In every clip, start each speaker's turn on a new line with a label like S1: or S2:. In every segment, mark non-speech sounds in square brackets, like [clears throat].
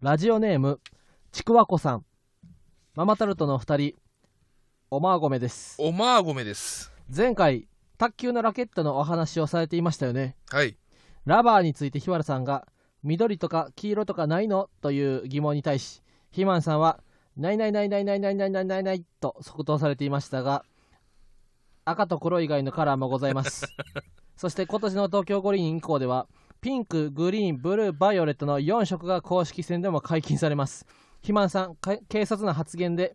S1: ラジオネームちくわこさんママタルトのお二人おまーごめです
S2: おまあごめです。
S1: 前回卓球のラケットのお話をされていましたよね
S2: はい。
S1: ラバーについてひわらさんが緑とか黄色とかないのという疑問に対しひまんさんはないないないないないないないないないないと即答されていましたが赤と黒以外のカラーもございます
S2: [laughs]
S1: そして今年の東京五輪以降ではピンクグリーンブルーバイオレットの4色が公式戦でも解禁されますひまんさんか軽率な発言で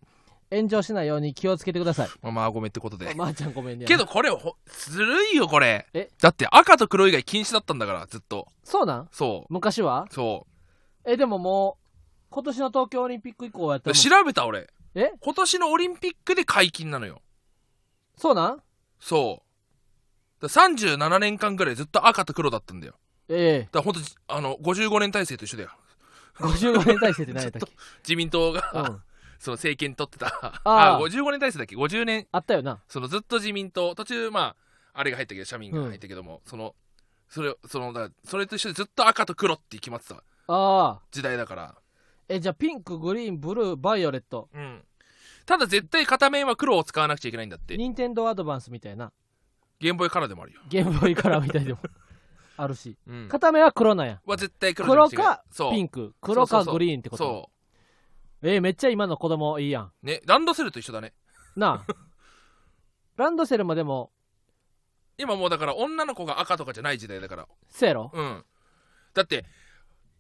S1: 炎上しないように気をつけてください
S2: まあまあごめってことで。
S1: まーちゃんごめんね
S2: けどこれほ、ずるいよこれ
S1: え。
S2: だって赤と黒以外禁止だったんだから、ずっと。
S1: そうなん
S2: そ
S1: 昔は
S2: う。そ
S1: えでももう今年の東京オリンピック以降はやっ
S2: う。
S1: て
S2: で
S1: も
S2: 調べた俺。
S1: え
S2: 今年のオリンピックで解禁なのよ。
S1: そうなん
S2: そう。だ37年間ぐらいずっと赤と黒だったんだよ。
S1: ええ
S2: だからほんと、あの、55年体制と一緒だよ。
S1: 55年体制って何や
S2: [laughs]
S1: ったっけ、
S2: 自民党
S1: う
S2: が、
S1: ん、
S2: その政権取ってた。
S1: あー
S2: ああ、55年体制だっけ ?50 年、
S1: あったよな
S2: そのずっと自民党、途中、まあ、あれが入ったけど、社民が入ったけども、その、それ、その、だからそれと一緒でずっと赤と黒って決まってた
S1: ああ
S2: 時代だから。
S1: えじゃあピンクグリーンブルーバイオレット
S2: うん。ただ絶対片面は黒を使わなくちゃいけないんだって。
S1: ニンテンドーアドバンスみたいな
S2: ゲームボーイカラーでもあるよ。
S1: ゲームボーイカラーみ
S2: [laughs]
S1: たいでもあるし
S2: うん。
S1: 片目は黒なんや
S2: は絶対黒
S1: 黒かピ
S2: ピ
S1: ンク黒かグリーンってこと
S2: そ
S1: えーめっちゃ今の子供いいやん
S2: う。ね、ランドセルと一緒だね。
S1: な
S2: [laughs]
S1: あランドセルもでも
S2: 今もうだから女の子が赤とかじゃない時代だから。
S1: せやろ
S2: うん。だって、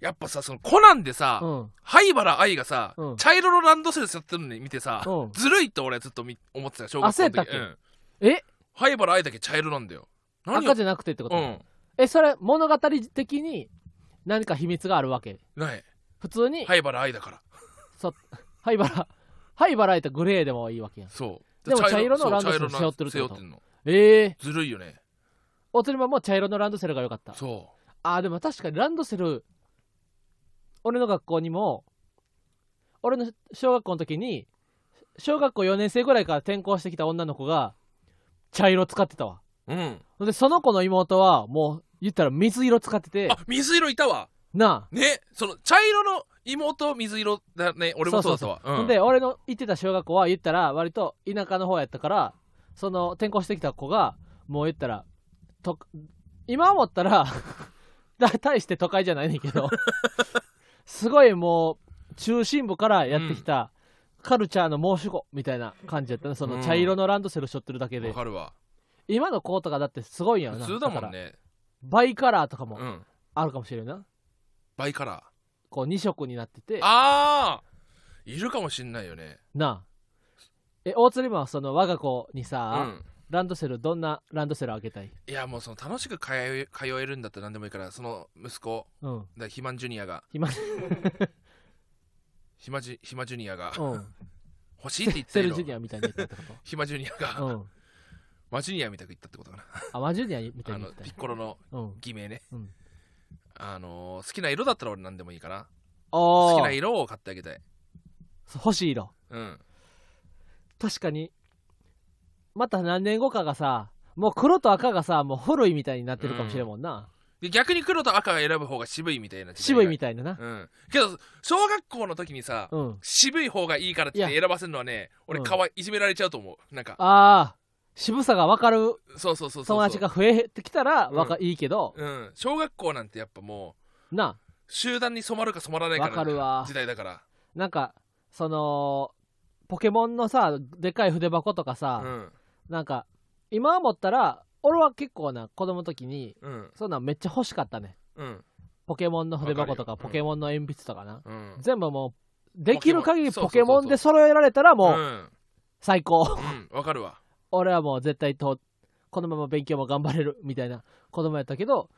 S2: やっぱさ、そのコナンでさ、
S1: うん
S2: 灰原愛がさ、
S1: うん
S2: 茶色のランドセルやってるのに見てさ、
S1: うん
S2: ずるいって俺はずっとみ思ってた小学校の時
S1: 焦ったっけ
S2: うん
S1: え
S2: 灰原愛だけ茶色なんだよ何を
S1: 赤じゃなくてってこと、
S2: うん
S1: えそれ物語的に何か秘密があるわけ
S2: ない
S1: 普通に、
S2: 灰原愛だから
S1: そ灰原灰原やったらグレーでもいいわけやん
S2: そう
S1: でも茶色の
S2: そう
S1: ランドセル背
S2: 茶
S1: 負
S2: 色
S1: ってるってこと
S2: 背負ってんの
S1: ええー、
S2: ずるいよね
S1: おつりももう茶色のランドセルが良かった
S2: そ
S1: あーでも確かにランドセル俺の学校にも俺の小学校の時に小学校4年生ぐらいから転校してきた女の子が茶色使ってたわ
S2: ううん
S1: でその子の妹はもう言ったら水色使
S2: [laughs]
S1: ってて
S2: あ水色いたわ
S1: なあ
S2: ねその茶色の妹水色だね俺もそうだったわ
S1: ほ
S2: うん
S1: んで俺の行ってた小学校は言ったら割と田舎の方やったからその転校してきた子がもう言ったらと今思ったら [laughs] だ大して都会じゃないねんけ
S2: [laughs]
S1: どすごいもう中心部からやってきたカルチャーの申し子みたいな感じやったねその茶色のランドセルしょってるだけで、
S2: わかるわ
S1: 今の子とかだってすごいんやろな
S2: 普通だも
S1: から
S2: んね
S1: バイカラーとかも
S2: うん
S1: あるかもしれんな、いな
S2: バイカラー
S1: こう2色になってて
S2: ああいるかもしんないよね
S1: なあえ大鶴マンはその我が子に
S2: う
S1: さ、
S2: ん
S1: ランドセルどんなランドセルあげたい
S2: いやもうその楽しく通え通えるんだったら何でもいいからその息子
S1: うん
S2: だ肥満ジュニアが
S1: 今
S2: 肥満ジュ肥満ジュニアが
S1: うん
S2: 欲しいって言っ
S1: [laughs]
S2: て
S1: セ
S2: る
S1: ル
S2: の
S1: ジュニ
S2: 肥
S1: アみたいにやったってこ
S2: 満ジュニア
S1: と [laughs] う
S2: が
S1: ん
S2: マジュニアみたく言ったってことかな
S1: あマジュニアみたい
S2: あ
S1: に
S2: の
S1: 言った
S2: ピッコロの
S1: うん
S2: 偽名ね
S1: うん
S2: あのー好きな色だったら俺何でもいいかな好
S1: あ
S2: きな
S1: あ
S2: 色を買ってあげたい
S1: 欲しい色
S2: うん
S1: 確かにまた何年後かがさもう黒と赤がさもう古いみたいになってるかもしれんもんな、
S2: で逆に黒と赤が選ぶ方が渋いみたいな
S1: 渋いみ
S2: た
S1: たいなな
S2: うんけど小学校の時にさ
S1: うん、
S2: 渋い方がいいからって言って選ばせるのはね俺
S1: うん
S2: かわいいじめられちゃうと思うなんか
S1: ああ渋さが分かる
S2: そうそうそうそう
S1: 友達が増えてきたらわか、いいけど、
S2: うん小学校なんてやっぱもう
S1: な
S2: 集団に染まるか染まらないか
S1: わかるわ
S2: の時代だから
S1: なんかそのポケモンのさでかい筆箱とかさ、
S2: うん
S1: なんか今思ったら俺は結構な子供の時に
S2: うん
S1: そんなんめっちゃ欲しかったね
S2: うん
S1: ポケモンの筆箱とか
S2: わかるよ
S1: ポケモンの鉛筆とかな、
S2: うん
S1: 全部もうできる限り
S2: ポケモ
S1: ポケモ
S2: ン
S1: ンで揃えられたら
S2: うん
S1: もう最高、 [laughs]
S2: うんわかるわ
S1: 俺はもう絶対とこのまま勉強も頑張れるみたいな子供やったけど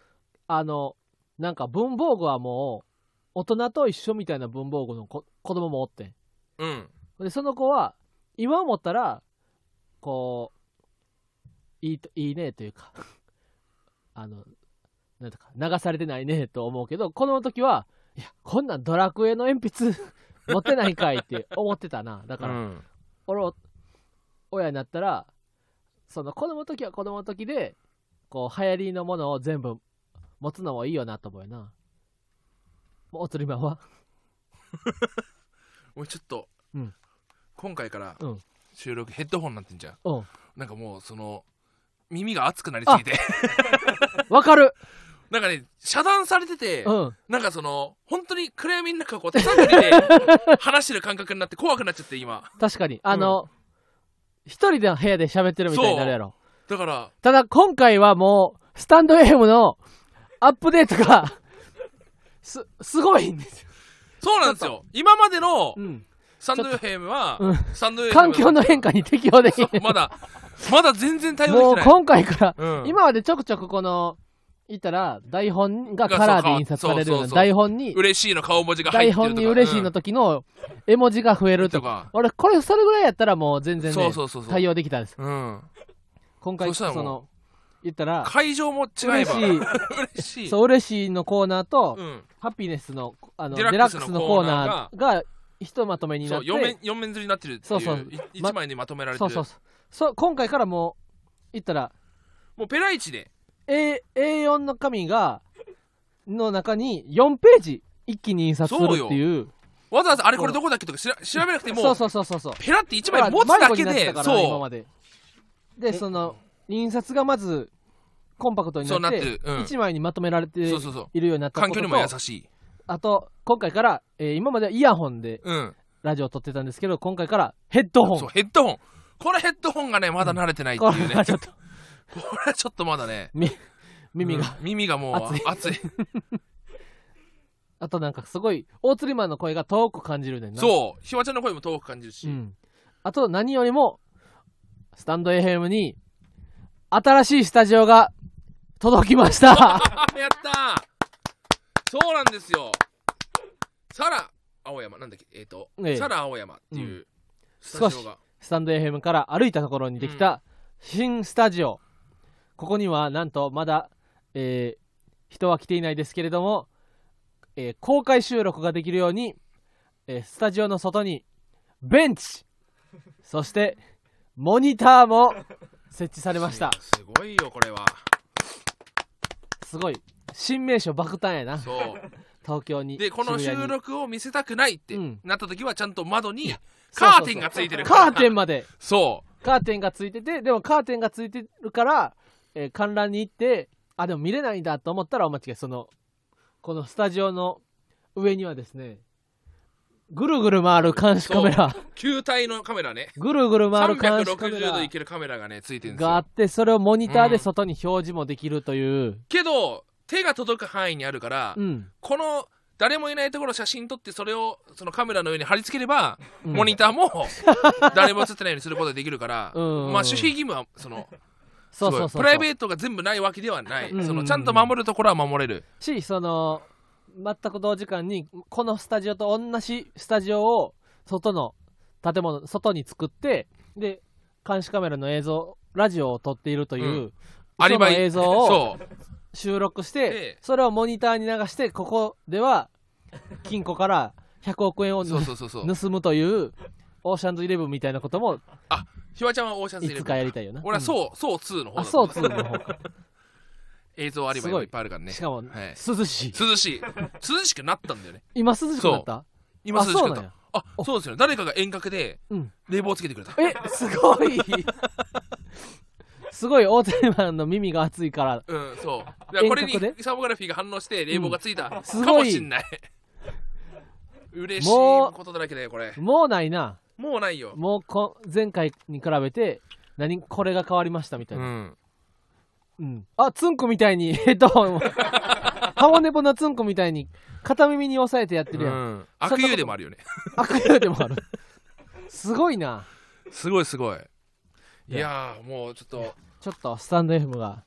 S1: あのなんか文房具はもう大人と一緒みたいな文房具の子子供もおってん
S2: うん
S1: でその子は今思ったらこういいといいねというか [laughs] あのなんとか流されてないねと思うけどこの時はいやこんなんドラクエの鉛筆 [laughs] 持ってないんかいって思ってたなだ
S2: う
S1: から、
S2: ん
S1: 俺を親になったらその子供の時は子供の時でこう流行りのものを全部持つのもいいよなと思うよなもうおつりまんは
S2: 俺ちょっと、
S1: うん
S2: 今回から
S1: うん
S2: 収録ヘッドホンになってんじゃん [laughs]
S1: うん
S2: なんかもうその耳が熱くなりすぎて
S1: わかる
S2: [laughs] なんかね遮断されてて、
S1: うん
S2: なんかその本当に暗闇の中こう手探
S1: [laughs]
S2: りで話してる感覚になって怖くなっちゃって今
S1: 確かにあの、一人で部屋で喋ってるみたいになるやろ
S2: だから
S1: ただ今回はもうスタンド FM のアップデートが [laughs] すすごいんですよ、
S2: そうなんですよ今までの
S1: うん
S2: サンドウェムは、
S1: うん
S2: サンドウェム
S1: 環境の変化に適応でき
S2: そう
S1: ない
S2: まだまだ全然対
S1: も
S2: 応
S1: う
S2: できてない
S1: 今回から、
S2: うん
S1: 今までちょくちょくこの言ったら台本がカラーで印刷されるよう
S2: そうそう
S1: な
S2: そう
S1: 台本に
S2: 嬉しいの顔文字が入っ
S1: 台
S2: てると
S1: 本
S2: か
S1: に嬉しいの
S2: うん
S1: 時の絵文字が増えると
S2: と
S1: か、
S2: か
S1: 俺これそれぐらいやったらもう全然
S2: そ
S1: ね
S2: うそうそうそう
S1: 対応できたんです
S2: うん
S1: 今回
S2: そしたら
S1: そ
S2: もう
S1: の言ったら
S2: 会場も違えば
S1: 嬉しい
S2: 嬉しい
S1: そう嬉しいのコーナーと、
S2: うん
S1: ハピネスのあの
S2: デ
S1: デ
S2: ラ
S1: ラ
S2: ッ
S1: ッ
S2: ク
S1: ク
S2: ス
S1: ス
S2: の
S1: の
S2: コ
S1: コ
S2: ー
S1: ー
S2: ナ
S1: ナーがひとまとめにな
S2: そ
S1: っ
S2: う
S1: て
S2: 4面四面ずりになってるっていう
S1: そうそう
S2: い
S1: ま
S2: 一枚にまとめられて
S1: そ
S2: る
S1: うそうそうそう今回からもう言ったら
S2: もうペライチで
S1: A A4 の紙がの中に4ページ一気に印刷するっていう
S2: わざわざあれこれどこだっけとかしら調べなくても
S1: そうそうそうそうそう
S2: ペラって一枚持つだけ
S1: 迷子になって
S2: で
S1: たからね今
S2: そ
S1: まででその印刷がまずコンパクト
S2: う
S1: に
S2: そう
S1: な
S2: な
S1: っ
S2: っ
S1: て
S2: てる、うん、
S1: 一枚にまとめられて
S2: そうそうそう
S1: いるようになったこと
S2: 環境
S1: と
S2: にも優しい
S1: あと今回から、えー今まではイヤホンで
S2: うん
S1: ラジオを撮ってたんですけど今回からヘッドホン
S2: そうヘッドホンこのヘッドホンがねまだ慣れてないっ
S1: [laughs]
S2: て
S1: こ
S2: い
S1: れ
S2: うね、
S1: は
S2: こ
S1: ちょっと
S2: れはちょっとまだね
S1: み耳が、
S2: うん耳がもう熱い
S1: あとなんかすごい大釣りマンの声が遠く感じるねんな
S2: そうひわちゃんの声も遠く感じるし、
S1: うん、あと何よりもスタンド FM に新しいスタジオが届きました
S2: やったーそうなんですよサラ青山なんだっけえっ、と、
S1: ええ
S2: サラ青山っていう、
S1: う
S2: スタジオが
S1: スタンド FM から歩いたところにできた新スタジオ、ここにはなんとまだ、えー人は来ていないですけれども、えー公開収録ができるように、えースタジオの外にベン
S2: [laughs]
S1: チそしてモニターも設置されました
S2: [laughs] すごいよこれは
S1: すごい新名所爆誕やな
S2: そ
S1: 東京 [laughs] に
S2: うでこの
S1: 渋
S2: 収
S1: 谷に
S2: 録を見せたくないって
S1: うん
S2: なった時はちゃんと窓に
S1: そうそうそう
S2: カーテンがついてる
S1: カーテン
S2: ン
S1: まで
S2: [laughs] そ
S1: カーテンがついててでもカーテンがついてるから、えー観覧に行ってあでも見れないんだと思ったらお間違いそのこのスタジオの上にはですねぐるぐる回る監視カメラ
S2: う球体のカメラね
S1: ぐるぐる回る監視カメ
S2: 360
S1: ラ
S2: 度いけるカメラがねついてるんです
S1: があ
S2: よ
S1: ってそれをモニターで外に表示もできるという、
S2: けど手が届く範囲にあるから、
S1: うん
S2: この誰もいないところ写真撮ってそれをそのカメラの上に貼り付ければ、
S1: うん
S2: モニタ
S1: [laughs]
S2: ーも誰も映ってないようにすることができるから、
S1: うんうんうん
S2: まあ守秘義務はその
S1: そうそうそう
S2: すごいプライベートが全部ないわけではない、
S1: うんうんうん
S2: そのちゃんと守るところは守れる、
S1: しその全く同時間にこのスタジオと同じスタジオを外の建物外に作ってで監視カメラの映像ラジオを撮っているという、
S2: うん
S1: 嘘
S2: アリバイ
S1: の映像を
S2: そう
S1: 収録し
S2: え
S1: て
S2: え
S1: それをモニターに流してここで
S2: [laughs]
S1: は金庫から100億円を
S2: そうそうそうそう
S1: 盗むというオーシャンズイレブンみたいなことも
S2: あひわちゃんはオーシャンズ
S1: い
S2: イレブン
S1: つかやりたいよな
S2: 俺は
S1: うん
S2: そうそう2の方
S1: あ
S2: だ
S1: そう2の方か
S2: 映像アリバイもいっぱいあるからね
S1: しかも
S2: はい、
S1: 涼しい
S2: 涼しい涼しくなったんだよね
S1: 今涼しくなった
S2: 今涼し
S1: あ
S2: く
S1: そう
S2: なっ
S1: なん
S2: た
S1: や
S2: あそうですよね誰かが遠隔で
S1: うん
S2: 冷房つけてくれた
S1: えすごいすごい大谷マンの耳が熱いから
S2: うん、そう。だからこれに
S1: 遠隔
S2: サーモグラフィーが反応して冷房がついたか
S1: すごい
S2: もしんない。嬉しい
S1: もう
S2: ことだらけだよ、これ。
S1: もうないな
S2: もうないよ。
S1: もうこ前回に比べて何これが変わりましたみた
S2: う
S1: いな、
S2: ん。
S1: うんあつんこみたいに [laughs] えっとハモネボのつんこみたいに片耳に押さえてやってる
S2: う
S1: やん、
S2: ん、
S1: そ
S2: 悪
S1: んなこ
S2: 友
S1: と
S2: でもあるよね。
S1: 悪用でもあるすごいな
S2: すごいすごい。
S1: い
S2: い
S1: や
S2: やー、もうちょっと、
S1: ちょっとスタンド FM が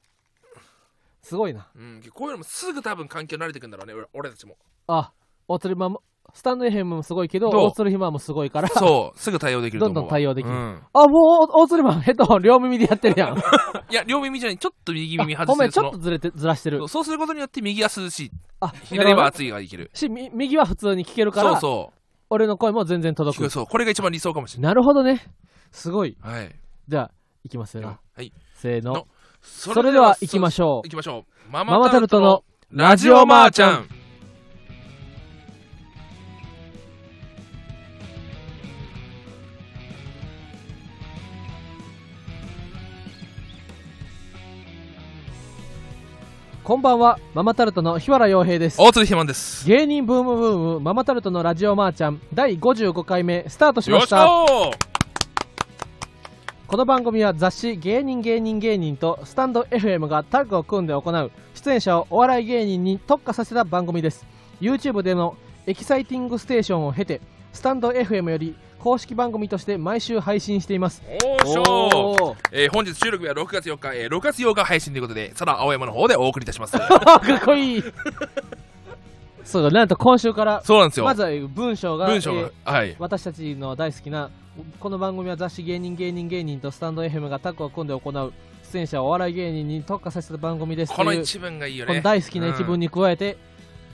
S1: すごいな
S2: うん、こういうのもすぐ多分環境慣れてくんだろうね、俺俺たちも。
S1: あ大鳥マンもスタンド FM もすごいけど
S2: どう
S1: 大鳥マンもすごいから
S2: そう、すぐ対応できると思う
S1: ど
S2: わ。
S1: んどん対応できる
S2: うん
S1: あもう大鳥マンヘッドホン両耳でやってるやん
S2: いや、両耳じゃない、ちょっと右耳
S1: あご
S2: 外して
S1: め
S2: る
S1: んち
S2: そ
S1: ょっと
S2: の
S1: ずれてずらしてる
S2: そうそうすることによって右は涼しい、
S1: あ
S2: 左
S1: な
S2: は
S1: るほど
S2: 熱いがいける。
S1: しみ右は普通に聞けるから
S2: そうそ
S1: 俺の声も全然
S2: う。
S1: 届
S2: 聞く
S1: く
S2: そう、これが一番理想かもしれ
S1: なるほどねすごい
S2: ない。はい。
S1: じゃあいきますよな
S2: はい。
S1: せー
S2: の
S1: の
S2: そ
S1: それでは行きましょ
S2: 行きましょう。マ
S1: うママタルトの
S2: ラジオマーちゃん。
S1: こんばんはママタルトの日原洋平です
S2: 大鶴ひまんです
S1: 芸人ブームブームママタルトのラジオマーちゃん第55回目スタートしま
S2: よっ
S1: し
S2: し
S1: た
S2: ゃー
S1: この番組は雑誌「芸人芸人芸人」とスタンド FM がタッグを組んで行う出演者をお笑い芸人に特化させた番組です YouTube でのエキサイティングステーションを経てスタンド FM より公式番組として毎週配信しています
S2: おーしょー
S1: おー
S2: えー本日収録日は6月4日、えー6月8日配信ということで、そら青山の方でお送りいたします。 [laughs]
S1: あかっこいいそうだなんと今週から
S2: そうなんですよ。
S1: まずは文章が
S2: 文章
S1: え
S2: が
S1: ー、
S2: はい。
S1: 私たちの大好きなこの番組は雑誌芸人芸人芸人とスタンド FM がタッグを組んで行う出演者をお笑い芸人に特化させた番組ですと
S2: この
S1: いう
S2: 一文がいいよ
S1: この
S2: ね。
S1: 大好きな一文に加えて、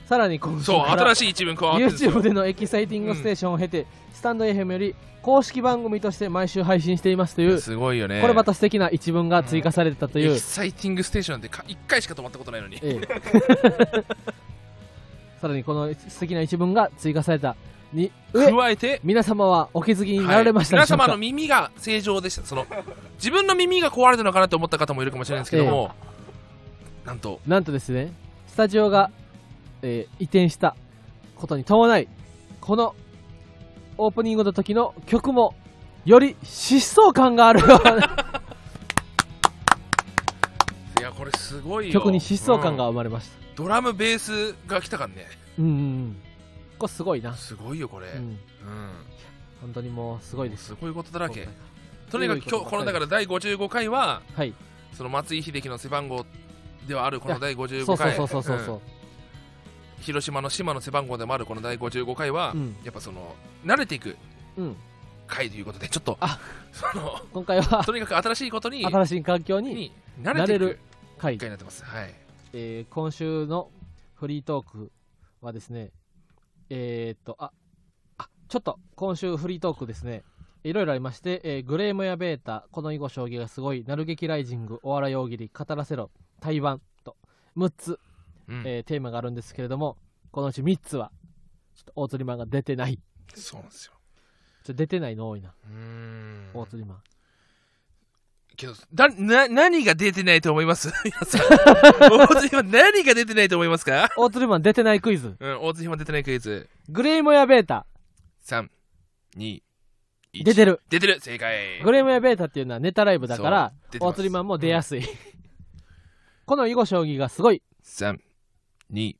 S1: さらに今
S2: うん
S1: 週
S2: そう、
S1: から
S2: 新しい一文加わってるんですよ
S1: YouTube でのエキサイティングステーションを経て、スタンド FM より公式番組として毎週配信していますという、
S2: すごいよね。
S1: これまた素敵な一文が追加されてたという、
S2: エキサイティングステーションなんてか1回しか止まったことないのに。
S1: え [laughs] えさらにこの素敵な一文が追加されたに上
S2: 加えて、
S1: 皆様はお気づきになられました
S2: は
S1: で
S2: い
S1: しょ
S2: 皆
S1: うか、
S2: 様の耳が正常でしたその自分の耳が壊れたのかなと思った方もいるかもしれないですけども、なんと
S1: なんとですねスタジオが、えー移転したことに伴いこのオープニングの時の曲もより疾走感がある
S2: いやこれすごいよ
S1: 曲に疾走感が
S2: うん
S1: 生まれました
S2: ドラムベースが来たからね
S1: うんうんうんこれすごいな、
S2: すごいよこれ、
S1: う
S2: うん
S1: ん、本当にもうすごいです
S2: すごいことだらけ
S1: 今
S2: とにかく
S1: すご
S2: 今
S1: いこ
S2: 日
S1: と
S2: このだから第55回は
S1: 回はい
S2: その松井秀喜の背番号ではあるこの第
S1: そ
S2: 55
S1: うそう
S2: 回
S1: そうそうそうそう
S2: うん広島の島の背番号でもあるこの第55回は、
S1: うん
S2: やっぱその慣れていく
S1: うん
S2: 回ということでちょっと
S1: あ
S2: その
S1: 今回は
S2: とにかく新しいことに
S1: 新しい環境に
S2: に慣れてい
S1: 慣れ
S2: く
S1: る回
S2: 一回になってます。はい。
S1: えー今週のフリートークはですね、えーっと、あ、あ、ちょっと今週フリートークですね、いろいろありまして、えーグレームやベータ、この囲碁将棋がすごい、なる劇ライジング、お笑い大喜利、語らせろ、台湾と6つ、
S2: うん
S1: えーテーマがあるんですけれども、このうち3つは、ちょっと大釣りマンが出てない。ちょ
S2: そうなんですよ。
S1: っと出てないの多いな、
S2: うーん。
S1: 大釣りマン。
S2: けどだな何が出てないと思います [laughs] 皆さん。
S1: [laughs]
S2: 大津ひま何が出てないと思いますか？
S1: 大釣りマン出てないクイズ。
S2: うん。大津ひま出てないクイズ。
S1: グレームやベータ、
S2: 三、二、一。
S1: 出てる。
S2: 出てる。正解。
S1: グレームやベータっていうのはネタライブだから
S2: そう出、てま
S1: 大
S2: す
S1: 釣りマンも出やすい。 [laughs] この囲碁将棋がすごい。
S2: 三、二、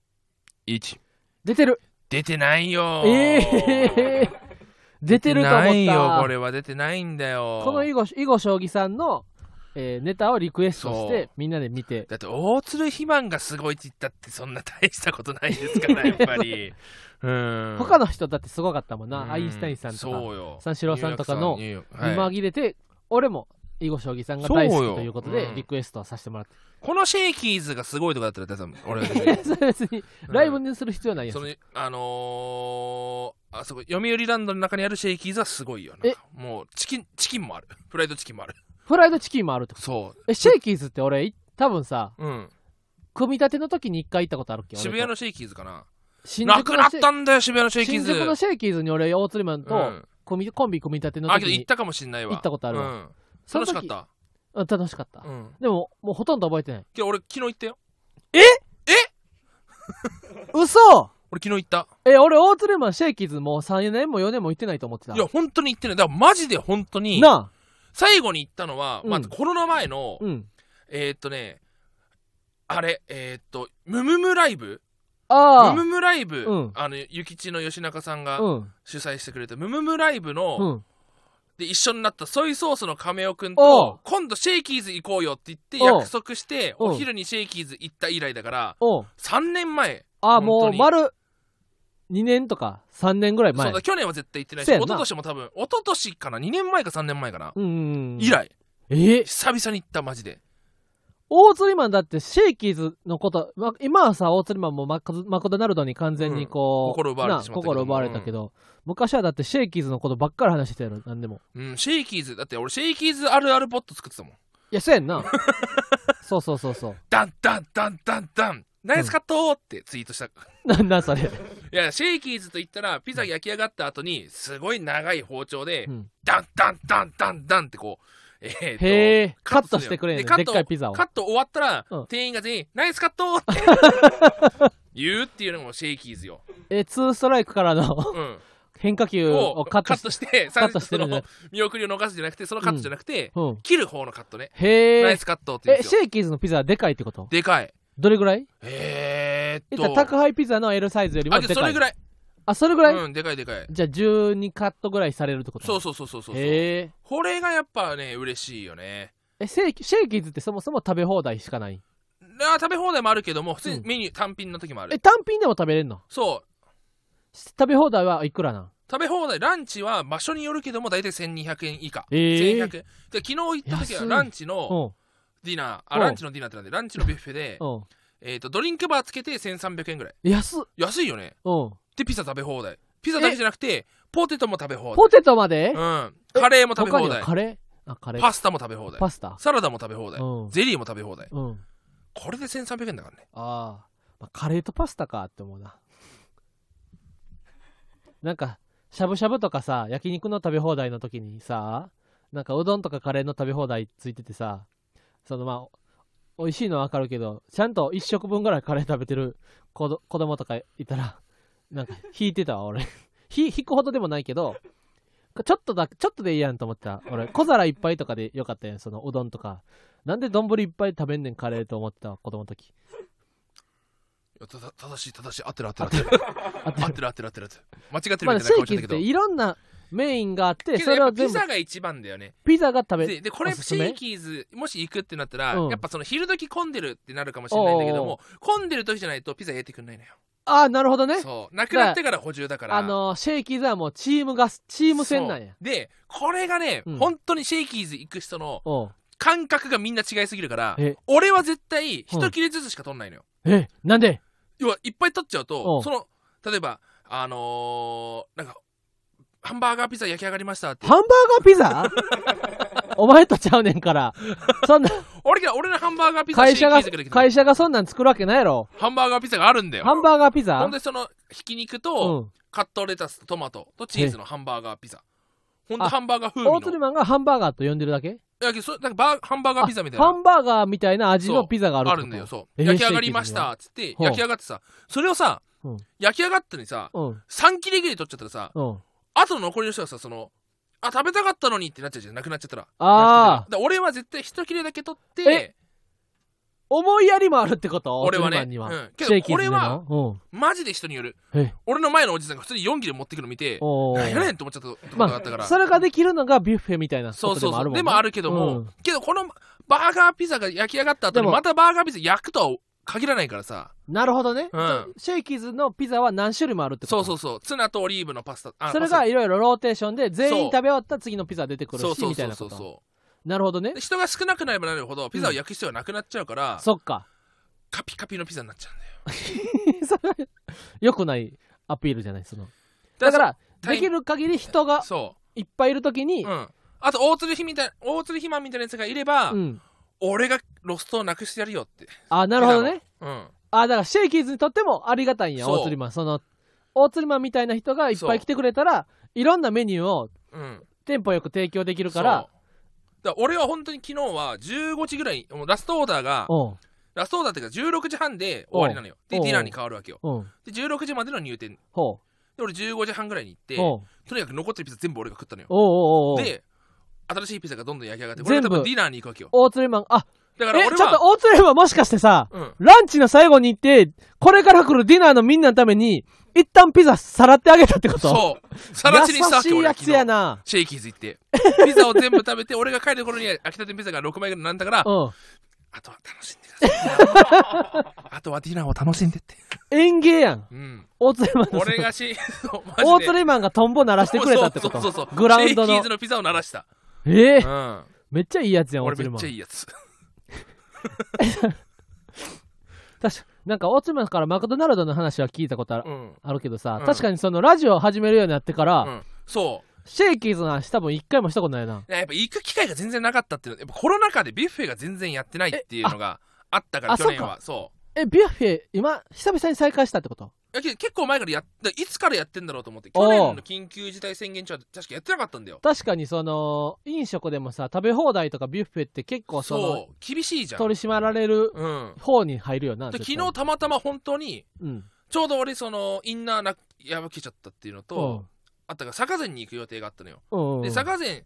S2: 一。
S1: 出てる。
S2: 出てないよー。
S1: え
S2: [laughs]
S1: えー、出てると思った。
S2: ないよ。これは出てないんだよ。
S1: この囲碁囲碁将棋さんの、えーネタをリクエストして
S2: そう
S1: みんなで見て。
S2: だって大鶴肥満がすごいって言ったってそんな大したことないですからやっぱ
S1: [laughs]
S2: り。うん。
S1: 他の人だってすごかったもんな。
S2: うん
S1: アインシュタインさんとか、
S2: そうよ
S1: 三四郎さんとかの
S2: ニューヨークさんニューヨークは
S1: 今
S2: い
S1: 切れて、俺も囲碁将棋さんが大好
S2: そう
S1: き
S2: よ
S1: ということで
S2: うん
S1: リクエストはさせてもらって。
S2: このシェイキーズがすごいとかだったら多分俺は
S1: いや、 [laughs] それ別にライブにする必要ない [laughs] や
S2: そ
S1: ん。
S2: のあのー、あそこ読売ランドの中にあるシェイキーズはすごいよなんかもうチキンチキンもあるフライドチキンもある
S1: フライドチキンもあるってこと
S2: そ
S1: え、シェイキーズって俺、い多分さ、
S2: ううん
S1: 組み立ての時に一回行ったことあるっけ俺と
S2: 渋谷のシェイキーズかな
S1: 新
S2: なくなっ
S1: シェイ
S2: たんだよ渋谷のシェイキー
S1: 新
S2: ズ
S1: 宿のシェイキーズに俺、大釣りマン
S2: う
S1: と
S2: ん
S1: 組みコンビ組み立ての
S2: あ
S1: 時
S2: けど行
S1: に
S2: ったかもしんないわ
S1: 行ったことある
S2: う
S1: わ
S2: ん、
S1: その
S2: 楽し
S1: 時
S2: かった
S1: うん楽しかった。
S2: うん
S1: でも、もうほとんど覚えてない。
S2: けど俺昨日行ったよ
S1: 嘘
S2: 俺昨日行った
S1: え、俺、オートレマン、シェイキーズもう3年も4年も行ってないと思ってた。
S2: いや本当に行ってないだからマジで本当に
S1: なあ
S2: 最後に行ったのは、まあ
S1: うん
S2: コロナ前の、
S1: うん。
S2: えー、っとね、あれ、えー、っと、ムムムライブ
S1: あ
S2: ムムムライブ、
S1: うん
S2: あの、ゆきちの吉中さん
S1: あ。
S2: が
S1: うん。
S2: 主催してくれた、ムムムライブの、
S1: うん。
S2: で、一緒になったソイソースの亀尾くん
S1: おう
S2: と、今度シェイキーズ行こうよって言って、
S1: おう
S2: 約束して、
S1: おう
S2: お昼にシェイキーズ行った以来だから、
S1: おう
S2: 3年前。
S1: ああ、
S2: 本
S1: も
S2: 当
S1: う、
S2: に
S1: 丸、2年とか3年ぐらい
S2: そ
S1: 前。
S2: うだ、去年は絶対行ってないし、
S1: そう
S2: 一
S1: やんな
S2: 昨年も多分、一昨年かな、2年前か3年前かな。
S1: うんうんうん。
S2: 以。来、
S1: え
S2: 久々に行った、マジで。
S1: 大釣りマンだって、シェイキーズのこと、ま今はさ、大釣りマンもマクドマクドナルドに完全にこう、
S2: うん心奪われてし
S1: な
S2: まったけど
S1: 心奪われたけど、昔はだってシェイキーズのことばっかり話してたやろ、なんでも。
S2: うん、シェイキーズ、だって俺、シェイキーズあるあるボット作ってたもん。
S1: いや、そうやんな。 [laughs] そうそうそうそう。
S2: ダンダンダンダンダン、ナイスカットーってツイートした。
S1: なんだそれ。
S2: いや、シェイキーズと言ったら、ピザ焼き上がった後に、すごい長い包丁で、
S1: うん
S2: ダンダンダンダンダンってこう、え
S1: へ
S2: ー
S1: え
S2: と
S1: カット
S2: す
S1: し
S2: る
S1: て
S2: よ
S1: くれんね
S2: でカ
S1: でっ
S2: ット
S1: かいピザを
S2: カット終わったら、
S1: うん
S2: 店員が全員「ナイスカット!」って
S1: [laughs]
S2: 言うっていうのもシェイキーズよ、
S1: えツーストライクからの [laughs]
S2: うん、
S1: 変化球
S2: を
S1: を
S2: カ
S1: カット
S2: ッ
S1: して
S2: トして
S1: カットして
S2: そ
S1: るね
S2: の見送りを逃すじゃなくてそのカットじゃなくて、
S1: うん
S2: 切る方のカットね、
S1: へ
S2: ナイ
S1: え
S2: スカットって言うん
S1: え
S2: です
S1: シ
S2: よ
S1: ェイキーズのピザはでかいってこと
S2: でかい
S1: どれぐらい
S2: え
S1: え
S2: ー、っ
S1: じゃあ
S2: と
S1: 宅配ピザの L サイズよりも
S2: あ
S1: で
S2: じゃ
S1: か
S2: あ
S1: い
S2: それぐらい
S1: あそれぐらい、
S2: うんでかいでかい
S1: じゃあ12カットぐらいされるってこと
S2: そう
S1: そ
S2: そうそうそうそう
S1: へえ
S2: これがやっぱね嬉しいよね
S1: えシェイキシェイキーズってそもそも食べ放題しかない
S2: あ食べ放題もあるけども普通に
S1: うん
S2: メニュー単品の時もある、
S1: え単品でも食べれんの
S2: そう
S1: 食べ放題はいくらなん
S2: 食べ放題ランチは場所によるけども大体1200円以下、
S1: えー
S2: 1100円で昨日行った時は
S1: 安い
S2: ランチ
S1: う
S2: の
S1: ん
S2: ディナー
S1: う
S2: あ
S1: ん
S2: ランチのディナーってなんでランチのビュッフェで、
S1: うん
S2: えー、とドリンクバーつけて1300円ぐらい
S1: 安っ
S2: 安いよね
S1: うん
S2: でピザ食べ放題ピザだけじゃなくてポテトも食べ放題
S1: ポテトまで、
S2: うんカレーも食べ
S1: 他
S2: 放
S1: には
S2: 題
S1: カレーあカレー
S2: パスタも食べ放題
S1: パスタ
S2: サラダも食べ放題、
S1: うん
S2: ゼリーも食べ放題
S1: うん
S2: これで1300円だからね
S1: あー、まあ、カレーとパスタかって思うな。 [laughs] なんか、しゃぶしゃぶとかさ、焼肉の食べ放題の時にさ、なんかうどんとかカレーの食べ放題ついててさ、そのまあ、お美味しいのはわかるけど、ちゃんと一食分ぐらいカレー食べてる子ど子供とかいたら、なんか引いてたわ、俺。 [laughs] ひ引くほどでもないけど、ちょっとだ、ちょっとでいいやんと思ってた。俺、小皿いっぱいとかでよかったやん、そのうどんとか。なんで丼いっぱい食べんねん、カレーと思ってたわ、子供の時。
S2: いやたた正しい正しい合ってる合ってる
S1: [laughs]
S2: 合ってる合ってる合ってる合ってる間違ってる
S1: まあ、
S2: みたいな
S1: シェ
S2: 顔
S1: イキー
S2: してた
S1: ズっ
S2: け
S1: て
S2: ど
S1: いろんなメインがあって、
S2: け
S1: そ
S2: ど
S1: れ
S2: やっ
S1: を
S2: ぱ
S1: 全
S2: ピ
S1: 部
S2: ザが一番だよね
S1: ピザが食べ
S2: ででこれ
S1: おすす
S2: シ
S1: め
S2: ェイキーズもし行くってなったら、
S1: うん
S2: やっぱその昼時混んでるってなるかもしれないんだけども混んでる時じゃないとピザ入れてくんないのよ
S1: ああ、なるほどね。
S2: そうなくなってから補充だから
S1: あのー、シェイキーズはもうチームが、チーム戦なんや
S2: そ。うでこれがね、
S1: うん
S2: 本当にシェイキーズ行く人の
S1: おう
S2: 感覚がみんな違いすぎるから
S1: え
S2: 俺は絶対一切れずつしか取んないのよ、
S1: え、なんで
S2: 要はいっぱい取っちゃう
S1: う
S2: と
S1: ん
S2: その例えばあのーなんかハンバーガーピザ焼き上がりましたって
S1: ハンバーガーピ
S2: [laughs]
S1: ザお前とちゃうねんから。そんな、
S2: 俺が俺のハンバーガーピザ
S1: 会社が
S2: シェイキーズ、から
S1: 会社がそんなん作るわけないやろ。
S2: ハンバーガーピザがあるんだよ
S1: ハンバーガーピザ
S2: ほんでそのひき肉
S1: う
S2: と
S1: ん。
S2: カットレタスとトマトとチーズのハンバーガーピザほんと
S1: あ
S2: ハンバーガー風
S1: オー
S2: 味
S1: ト
S2: の
S1: リマンがハンバーガーと呼んでるだけ
S2: いやけどそれなんかバーハンバーガーピザみたい
S1: あハ
S2: な
S1: ンバーガーみたいな味のピザがある
S2: あ
S1: ってこと
S2: るんだよそう
S1: えー
S2: 焼き上がりまし
S1: シェ
S2: たっつって
S1: ほう
S2: 焼き上がってさそれをさ
S1: うん
S2: 焼き上がったのにさ
S1: うん。
S2: 3切れぐらい取っちゃったらさ
S1: うん。
S2: あとの残りの人がさそのあ食べたかったのにってなっちゃうじゃんなくなっちゃったら
S1: ああ、
S2: だから俺は絶対一切れだけ取っ
S1: え
S2: て
S1: 思いやりもあるってこと
S2: 俺はね
S1: オートリマンには
S2: うんけど
S1: シェイキーズで
S2: これは
S1: の
S2: マジで人による
S1: うん。え、
S2: 俺の前のおじさんが普通に4切れ持ってくの見て
S1: お
S2: なん
S1: ー
S2: やねんと思っちゃったことがあったか
S1: まあ、
S2: ら
S1: それができるのがビュッフェみたいな
S2: そ
S1: こ
S2: う
S1: と
S2: そ
S1: で
S2: う
S1: も
S2: そ
S1: あ
S2: う
S1: るもんね
S2: でもあるけども、
S1: うん
S2: けどこのバーガーピザが焼き上がった後
S1: で
S2: に
S1: も
S2: またバーガーピザ焼くとは限らないからさ、
S1: なるほどね、
S2: うん、
S1: シェイキーズのピザは何種類もあるってこと
S2: そうそううそうツナとオリーブのパスタあ
S1: それ
S2: パ
S1: が
S2: ス
S1: いろいろローテーションで全員
S2: そ
S1: 食
S2: う
S1: べ終わったら次のピザ出てく
S2: タ
S1: る
S2: そう
S1: し
S2: そう
S1: みた
S2: そ
S1: いなこ
S2: うそう
S1: と
S2: そ
S1: なるほどね
S2: うで人が少なくなればなるほどピザを焼く必要はなくなっちゃうから、
S1: そっか [laughs]
S2: カピカピのピザになっちゃうんだよ
S1: それよくないアピールじゃないそのだから
S2: タイ
S1: できる限り人が
S2: そ
S1: いっぱいいるときに
S2: う、うん、あと大鶴ひみたい大鶴ひまみたいなやつがいれば、
S1: うん
S2: 俺がロストをなくしてやるよって
S1: あなるほどね
S2: うん
S1: あだからシェイキーズにとってもありがたいんや
S2: そう
S1: 大釣りマンその大釣りマンみたいな人がいっぱい来てくれたらいろんなメニューを
S2: うん
S1: テンポよく提供できるか
S2: そ
S1: ら
S2: うだから俺は本当に昨日は15時ぐらいもうラストオーダーが
S1: うん
S2: ラストオーダーっていうか16時半で終わりなのよ。で、
S1: おう
S2: ディナーに変わるわけよ。
S1: うん
S2: で、16時までの入店。で、
S1: ほう
S2: 俺15時半ぐらいに行って、
S1: おう
S2: とにかく残ってるピザ全部俺が食ったのよ。
S1: おうおうおうおう
S2: で、新しいピザがどんどん焼き上がって、俺
S1: 全
S2: は
S1: 部
S2: 多分ディナーに行くわけよ。
S1: 大釣りマンあ
S2: だから
S1: え
S2: 俺
S1: ちょっと
S2: は、
S1: 大釣りマンもしかしてさ
S2: うん。
S1: ランチの最後に行ってこれから来るディナーのみんなのために一旦ピザさらってあげたってこと
S2: そう。さらしにしたわ
S1: 優
S2: け
S1: しい
S2: 俺
S1: や
S2: は
S1: つや
S2: 昨日。
S1: な
S2: シェイキーズ行って。ピザを全部食べて、俺が帰る頃には焼きたてのピザが6枚ぐらいになんだから
S1: う、ん
S2: あとは楽しんでくだ
S1: [laughs]
S2: さい。あとはディナーを楽しんでって。
S1: 園芸やん
S2: うん。
S1: 大釣りマンの
S2: 俺がシェイそうマジで
S1: [laughs] 大釣りマンがトンボ鳴らしてくれたってこ
S2: そうそうそ
S1: と
S2: うそう。
S1: グラウンド
S2: シ
S1: の
S2: ェイキーズのピザを鳴らした。
S1: ええ
S2: うん。
S1: めっちゃいいやつやん大
S2: 俺
S1: 釣り
S2: めっ
S1: マン
S2: ちゃいいやつ。
S1: 確かなんか、オーツマンからマクドナルドの話は聞いたことある,、
S2: うん。
S1: あるけどさ、
S2: うん
S1: 確かにそのラジオを始めるようになってから、
S2: うんそ
S1: シェイキーズの話多分一回もしたことないな。
S2: う。やっぱ行く機会が全然なかったっていうのやっぱコロナ禍でビュッフェが全然やってないっていうのがあったから、
S1: あ
S2: 去年は。そ
S1: え、ビュッフェ、今、久々に再開したってこと
S2: う。やけ結構前からやっだいつからやってんだろうと思って
S1: おう
S2: 去年の緊急事態宣言中は確かやってなかったんだよ
S1: 確かにその飲食でもさ食べ放題とかビュッフェって結構その
S2: そう厳しいじゃん
S1: 取り締まられる
S2: うん
S1: 方に入るよな
S2: で昨
S1: 絶対
S2: 日たまたま本当に
S1: うん
S2: ちょうど俺そのインナーな破けちゃったっていうのと、
S1: うん
S2: あったから坂膳に行く予定があったのよ、
S1: うん
S2: で坂膳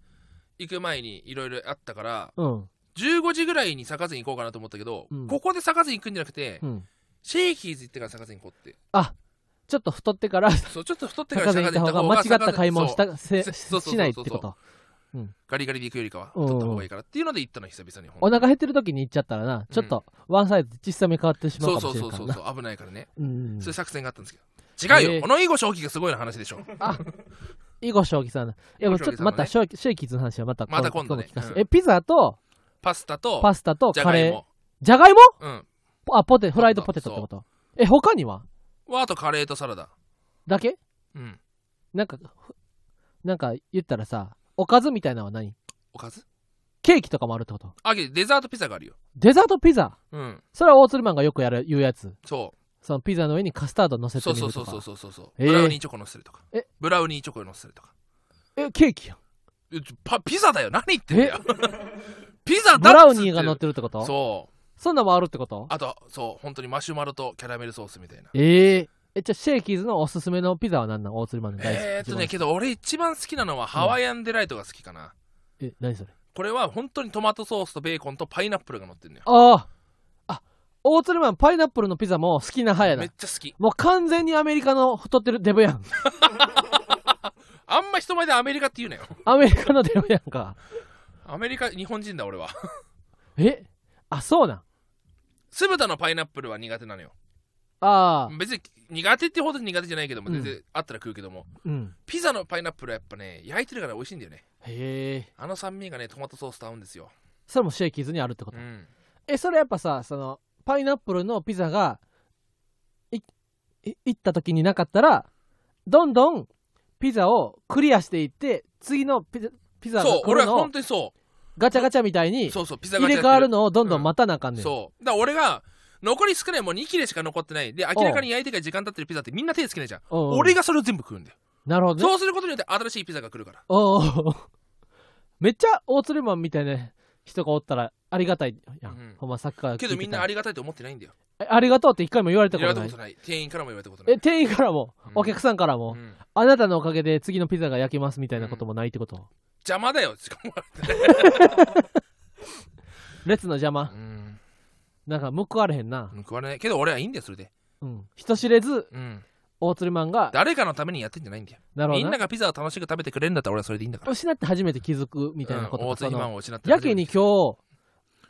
S2: 行く前にいろいろあったから
S1: うん
S2: 15時ぐらいに坂膳行こうかなと思ったけど、
S1: うん
S2: ここで坂膳行くんじゃなくて、
S1: うん
S2: シェイキーズ行ってから坂膳行こうって
S1: ちょっと太って
S2: [laughs]
S1: から
S2: そうちょっと太ってから
S1: 高瀬に行った方が間違った買い物し
S2: 坂
S1: たせ
S2: [laughs] そうそうそう
S1: しないってこと
S2: ガリガリで行くよりかは
S1: うん
S2: 太った方がいいからっていうので行ったの久々に
S1: お腹減ってる時に行っちゃったらなちょっとワンサイズ小さめ変わってしま
S2: そうう
S1: か
S2: そ
S1: も
S2: う
S1: しれ
S2: そ
S1: ん
S2: う
S1: か
S2: そ
S1: らな
S2: うそう危ないからね、
S1: うん
S2: そういう作戦があったんですけど違うよ、
S1: えー
S2: この囲碁将棋がすごいの話でしょ
S1: あ囲碁将棋さんだいやもうちょっとまた
S2: 囲碁
S1: シェイキシェイキーズの話はまた
S2: また今度ね
S1: 聞かせて
S2: うん
S1: えピザと
S2: パスタと
S1: パスタと
S2: じゃ
S1: カ
S2: がい
S1: レー
S2: も
S1: じゃがいも
S2: うん
S1: あポテフライドポテトってことえ他には
S2: わあとカレーとサラダ
S1: だけ
S2: うん
S1: なんかふなんか言ったらさおかずみたいなのは何
S2: おかず
S1: ケーキとかもあるってこと
S2: あけどデザートピザがあるよ
S1: デザートピザ
S2: うん
S1: それは大鶴マンがよくやる言うやつ
S2: そ
S1: そのピザの上にカスタード乗
S2: う
S1: せて
S2: そ
S1: み
S2: う
S1: る
S2: そ
S1: と
S2: う
S1: か
S2: そうそうそうそうそう
S1: えー
S2: ブラウニーチョコのせるとか
S1: え
S2: ブラウニーチョコのせるとか
S1: えケーキやん
S2: えちょパピザだよ何言ってんだよピザだっつって
S1: ブラウニーが乗ってるってこと
S2: そう
S1: そんなんもあるってこと
S2: あとそう本当にマシュマロとキャラメルソースみたいな
S1: えええじゃあシェイキーズのおすすめのピザは何なの大鶴マンの大好き
S2: えー、っとね
S1: 一番
S2: けど俺一番好きなのはハワイアンデライトが好きかな、
S1: え何それ
S2: これは本当にトマトソースとベーコンとパイナップルが乗ってるのよ
S1: あああ大鶴マンパイナップルのピザも好きな派や
S2: め
S1: な
S2: っちゃ好き
S1: もう完全にアメリカの太ってるデブやん
S2: あんま人前でアメリカって言うなよ
S1: アメリカのデブやんか
S2: アメリカ日本人だ俺は
S1: えあそうなん
S2: 酢豚のパイナップルは苦手なのよ
S1: ああ
S2: 別に苦手ってほど苦手じゃないけども
S1: うん
S2: 全然あったら食うけども、
S1: うん
S2: ピザのパイナップルはやっぱね焼いてるから美味しいんだよね
S1: へえ
S2: あの酸味がねトマトソースと合うんですよ
S1: それもシェイキーズにあるってこと
S2: うん
S1: えそれやっぱさそのパイナップルのピザがいい行った時になかったらどんどんピザをクリアしていって次のピザピザが
S2: そう
S1: 来
S2: 俺
S1: る
S2: は
S1: のを
S2: 本当にそ
S1: ガチャガチャみたいうに
S2: そうそうピザ
S1: 入
S2: が
S1: れ替わるのをどんどん待たなあかんねん、
S2: そうだから俺が残り少ないもう2切れしか残ってないで明らかに焼いてから時間経ってるピザってみんな手つけないじゃん
S1: うんうん
S2: 俺がそれを全部食うんだよ
S1: なるほどね
S2: そうすることによって新しいピザが来るから
S1: おうおう [laughs] めっちゃ大鶴マンみたいな人がおったらありがたいやん、
S2: うん
S1: ほんまサッカー
S2: けどみんなあ
S1: り
S2: りがたいと思ってないんだよ
S1: ありがとうって一回も言われたこ
S2: 言わ
S1: と
S2: れた
S1: な
S2: こ
S1: い
S2: とない店員からも言われたことない
S1: え店員からも、
S2: うん
S1: お客さんからも、
S2: うん
S1: あなたのおかげで次のピザが焼けますみたいなこともないってこと、
S2: 邪魔だよしかも
S1: 列の邪魔
S2: うん
S1: なんか報われへんな。
S2: 食われないけど俺はいいんだよそれで
S1: うん。人知れず、
S2: うん
S1: 大鶴マンが、
S2: 誰かのためにやってんじゃないんだよ
S1: なるほ
S2: み
S1: ど
S2: んな
S1: な。
S2: がピザを楽しく食べてくれるんだったら俺はそれでいいんだから
S1: 失って初めて気づくみたいなこと
S2: うん、大
S1: か、そ
S2: 津マン
S1: の
S2: を失って
S1: やけに今日、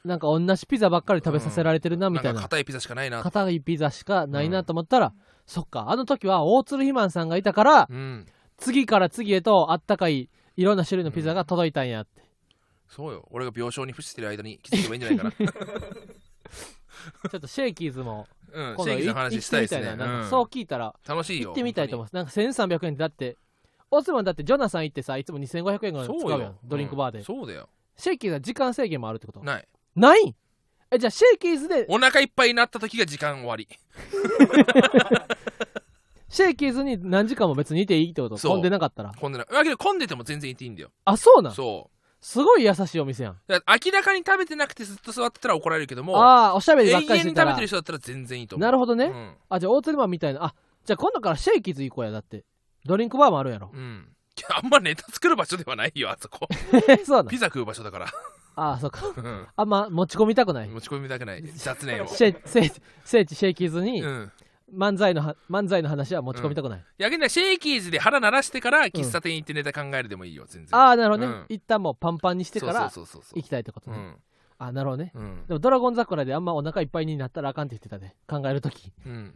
S1: なんか同じピザばっかり食べさせられてるな、みたい
S2: ん
S1: な。
S2: か硬いピザしかないな
S1: 硬いピザしかないなと思ったら、そっか、あの時は大鶴ひまんさんがいたから、
S2: うん
S1: 次から次へとあったかい、いろんな種類のピザが届いたんやって。
S2: そうよ俺が病床に伏してる間に気づけばいいんじゃないかな
S1: [laughs] ちょっとシェイキーズも、
S2: うん
S1: 今
S2: 正
S1: 度
S2: 義
S1: い
S2: の
S1: 行って
S2: 話したいで
S1: み
S2: す
S1: たい
S2: ね
S1: な。なん
S2: う
S1: か
S2: ん
S1: そう聞いたら、
S2: 楽しいよ
S1: 行ってみたいと思います。なんか1300円ってだって、大鶴マンだってジョナサン行ってさ、いつも2500円ぐらい使
S2: 本
S1: う
S2: 当にそう
S1: や
S2: よ
S1: ん、ドリンクバーで
S2: うん。そうだよ
S1: シェイキーズは時間制限もあるってこと
S2: ない
S1: ないんえじゃあシェイキーズで
S2: お腹いっぱいになった時が時間終わり
S1: シェイキーズに何時間も別にいていいってこと
S2: そう
S1: 混んでなかったら
S2: 混んでないだけど混んでても全然行っていいんだよ
S1: あそうなん
S2: そう
S1: すごい優しいお店やん
S2: だから明らかに食べてなくてずっと座ってたら怒られるけども
S1: ああーおしゃべ
S2: 永
S1: りばっかり
S2: 遠に
S1: して
S2: 食べ
S1: たら
S2: てる人だったら全然いいと思う
S1: なるほどね、
S2: うん
S1: あじゃあオートリマンみたいなあじゃあ今度からシェイキーズ行こうやだってドリンクバーもあるんやろ
S2: うんあんまネタ作る場所ではないよあそこ
S1: [laughs] そうなん
S2: ピザ食う場所だから
S1: ああそうか
S2: うん
S1: あんま持ち込みたくない
S2: 持ち込みたく [laughs] ない雑念を
S1: シェ聖地聖地シェイキーズに
S2: うん
S1: 漫才のは漫才の話は持ち込みたくない、
S2: 逆にシェイキーズで腹鳴らしてから喫茶店行ってネタ考えるでもいいよ全然
S1: ああなるほどね、
S2: うん
S1: 一旦もうパンパンにしてから
S2: そうそうそう
S1: 行きたいってこと
S2: そう
S1: ね、
S2: うん
S1: あなるほどね
S2: うん
S1: でもドラゴン桜であんまお腹いっぱいになったらあかんって言ってたね考えるとき
S2: うん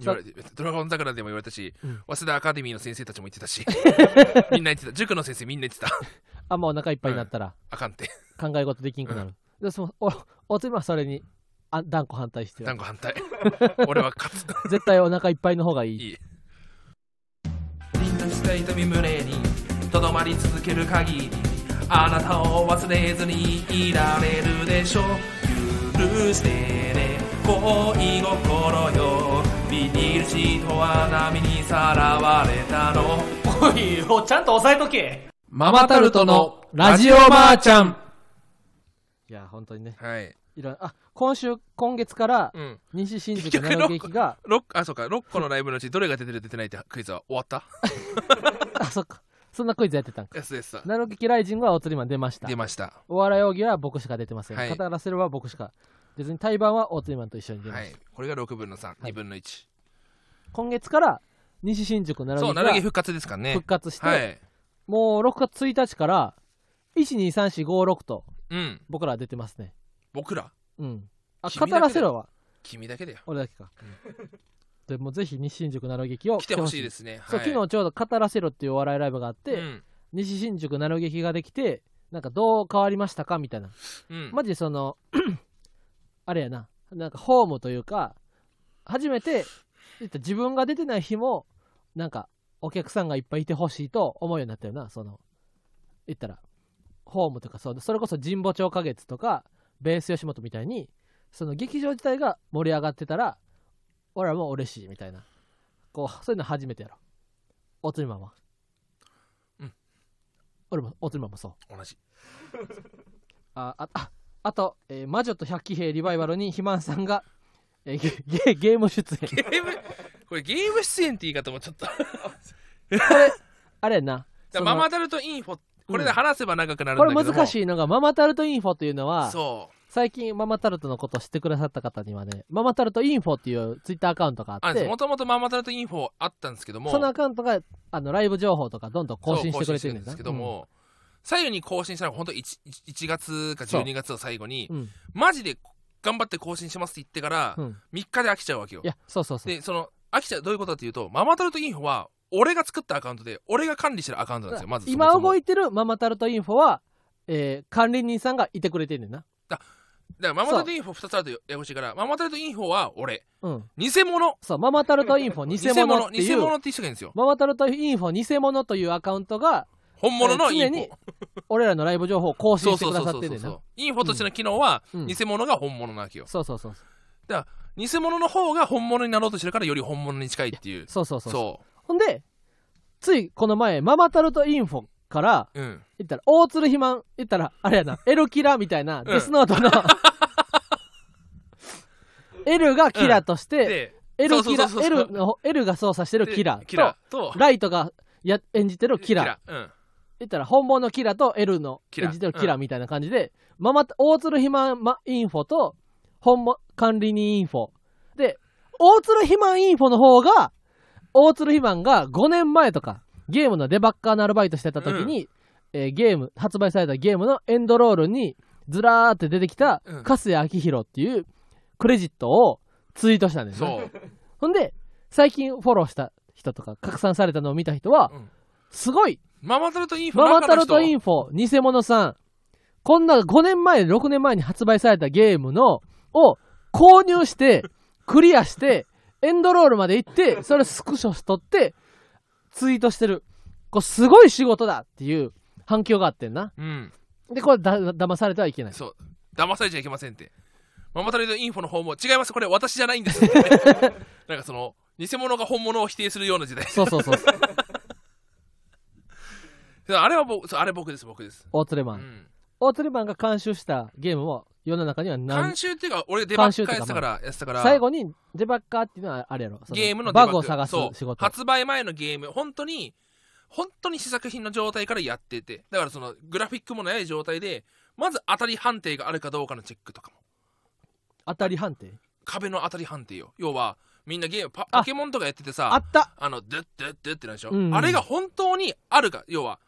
S1: さ
S2: ドラゴン桜でも言われたし、
S1: うん
S2: 早稲田アカデミーの先生たちも言ってた [laughs] しみんな言ってた塾の先生みんな言ってた
S1: あんまお腹いっぱいになったら
S2: あかんって
S1: 考え事できんくなる、でそのおおつまはそれにあ断固反対して
S2: 断
S1: る
S2: 固反対俺は勝つ
S1: 絶対お腹いっぱいの方がいい
S2: いいみんなした痛み胸にとどまり続ける限りあなたを忘れずにいられるでしょう許してね恋の頃よ [laughs] ビニールシートは波にさらわれたの
S3: おいおちゃんと押さえとけ
S2: マ
S1: マタルトのラジオばあ
S2: ちゃん
S1: いや、本当にね。
S2: はい、
S1: いろんなあ、今週、今月から
S2: う、ん、
S1: 西新宿
S2: 結局
S1: の劇が、
S2: [laughs] 六あそうか6個のライブのうちどれが出てる出てないってクイズは終わった
S1: あ、そっか。そんなクイズやってたんか。
S2: やつです
S1: ナロ劇ライジングはお釣りマン出ました
S2: 出。ました
S1: お笑い奥義は僕しか出てません。
S2: はい
S1: 語らせるは僕しか。別に対バンはオートリマンと一緒に出ま
S2: は
S1: した。
S2: いこれが6分の32、
S1: い
S2: 分の1
S1: 今月から西新宿奈
S2: そ
S1: 良
S2: う奈良
S1: 劇
S2: 木
S1: が
S2: 復活ですからね
S1: 復活して、
S2: はい
S1: もう6月1日から123456と
S2: うん
S1: 僕らは出てますね。
S2: 僕ら
S1: うん。あ、語
S2: 君だけだよ
S1: らせろは
S2: 君だけだよ
S1: 俺だけか。でもうぜひ西新宿奈良劇を
S2: 来てほしいですね
S1: そう、
S2: はい、
S1: 昨日ちょうど語らせろっていうお笑いライブがあって、
S2: うん
S1: 西新宿奈良劇ができて、なんかどう変わりましたかみたいな。
S2: うん
S1: マジでその [clears throat] あれやななんかホームというか初めて言った自分が出てない日もなんかお客さんがいっぱいいてほしいと思うようになったよなその言ったらホームとかそうそれこそ神保町花月とかベース吉本みたいにその劇場自体が盛り上がってたら俺らも嬉しいみたいなこうそういうの初めてやろおつりまんは
S2: うん
S1: 俺もおつりまんもそう
S2: 同じ
S1: ああああと、えー魔女と百鬼兵リバイバルに肥満さんが、えーゲゲゲーム出演
S2: ゲームこれゲーム出演って言い方もちょっと [laughs] だか
S1: あれやな
S2: ら
S1: その
S2: ママタルトインフォこれで話せば長くなる
S1: こ
S2: んだ
S1: れ
S2: けども
S1: 難しいのがママタルトインフォというのは
S2: そう
S1: 最近ママタルトのことを知ってくださった方にはねママタルトインフォっていうツイッターアカウントがあ
S2: あ
S1: っ
S2: の
S1: て
S2: もともとママタルトインフォあったんですけども
S1: そのアカウントがあのライブ情報とかどんどん更新してくれてるん
S2: そう更新してる
S1: だ
S2: んですけど、も、左右に更新したのが本当 1, 1月か12月を最後に
S1: うんうん
S2: マジで頑張って更新しますって言ってから
S1: うん
S2: 3日で飽きちゃうわけよ
S1: いやそうそうそう
S2: でその飽きちゃうどういうことかっていうとママタルトインフォは俺が作ったアカウントで俺が管理してるアカウントなんですよまずそも
S1: 今
S2: そも
S1: 動いてるママタルトインフォは、えー管理人さんがいてくれてるんだよ
S2: だからママタルトインフォ2つあるとややこしいからママタルトインフォは俺
S1: なうん
S2: 偽物
S1: そうママタルトインフォ偽物っていう
S2: 偽物っていう人がいるんですよ
S1: ママタルトインフォ偽物というアカウント
S2: [laughs]
S1: が
S2: 本物のイン
S1: 常
S2: フォ
S1: に俺らのライブ情報を更新
S2: そう
S1: して
S2: そう
S1: く
S2: そ
S1: だ
S2: う
S1: さって
S2: そうそ
S1: る
S2: う
S1: な
S2: インフォとしての機能は
S1: うん
S2: 偽物が本物なわけよ、
S1: そうそうそう
S2: 偽物の方が本物になろうとしてるからより本物に近いっていう
S1: そうそうそうそう
S2: そ
S1: ほんでついこの前ママタルトインフォから
S2: ううん
S1: 言ったら大鶴肥満言ったらあれや
S2: [laughs]
S1: なエルキラみたいなデスノートの [laughs] L がキラとして、
S2: で
S1: L キラ
S2: そうそうそうそう
S1: L の L が操作してるキラ
S2: で
S1: と
S2: キラと
S1: ライトがや演じてるキラ
S2: うん
S1: 言ったら本物のキラと L の
S2: キラ
S1: 演じてるキラみたいな感じで、ママ大鶴肥満インフォと本物管理人インフォで大鶴肥満インフォの方が大鶴肥満が5年前とかゲームのデバッカーのアルバイトしてた時に、えーゲーム発売されたゲームのエンドロールにずらーって出てきた
S2: うん
S1: 粕谷明宏っていうクレジットをツイートしたんですね
S2: そう、
S1: [laughs] ほんで最近フォローした人とか拡散されたのを見た人は、
S2: うん
S1: すごい
S2: ママタルトインフォ
S1: ママタルトイ
S2: ン
S1: ンフォ、偽物さん。こんな5年前、6年前に発売されたゲームの、を購入して、クリアして、エンドロールまで行って、それスクショしとって、ツイートしてる。こう、すごい仕事だっていう反響があってんな。
S2: うん
S1: で、これだ、騙されてはいけない。
S2: そう騙されちゃいけませんってママタルトインフォの方も違いますこれ私じゃないんですって
S1: [laughs]
S2: なんかその偽物が本物を否定するような時代
S1: そう
S2: [laughs]
S1: そうそう。
S2: あれは僕そうあれ僕です僕です、
S1: 大鶴マ
S2: う
S1: ン。
S2: ん、
S1: 大鶴マンが監修したゲームを世の中には何
S2: 監修っていうか俺デバッカーや
S1: 監修
S2: っ
S1: ってて
S2: た
S1: か
S2: か
S1: ま
S2: らやってたから
S1: 最後にデバッカーっていうのはあれやろ。そ
S2: ゲームのデバ
S1: バ
S2: ッグ
S1: グを探す
S2: そう
S1: 仕事。
S2: 発売前のゲーム本当に本当に試作品の状態からやっててだからそのグラフィックもない状態でまず当たり判定があるかどうかのチェックとかも
S1: 当たり判定。
S2: 壁の当たり判定よ要はみんなゲームパ
S1: あ
S2: ポケモンとかやっててさ
S1: あ
S2: あ
S1: った
S2: のドゥッドゥッドゥッってなるでしょ、
S1: うんうん
S2: あれが本当にあるか要は